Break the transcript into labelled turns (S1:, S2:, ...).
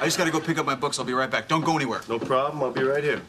S1: I just gotta go pick up my books. I'll be right back. Don't go anywhere.
S2: No problem. I'll be right here.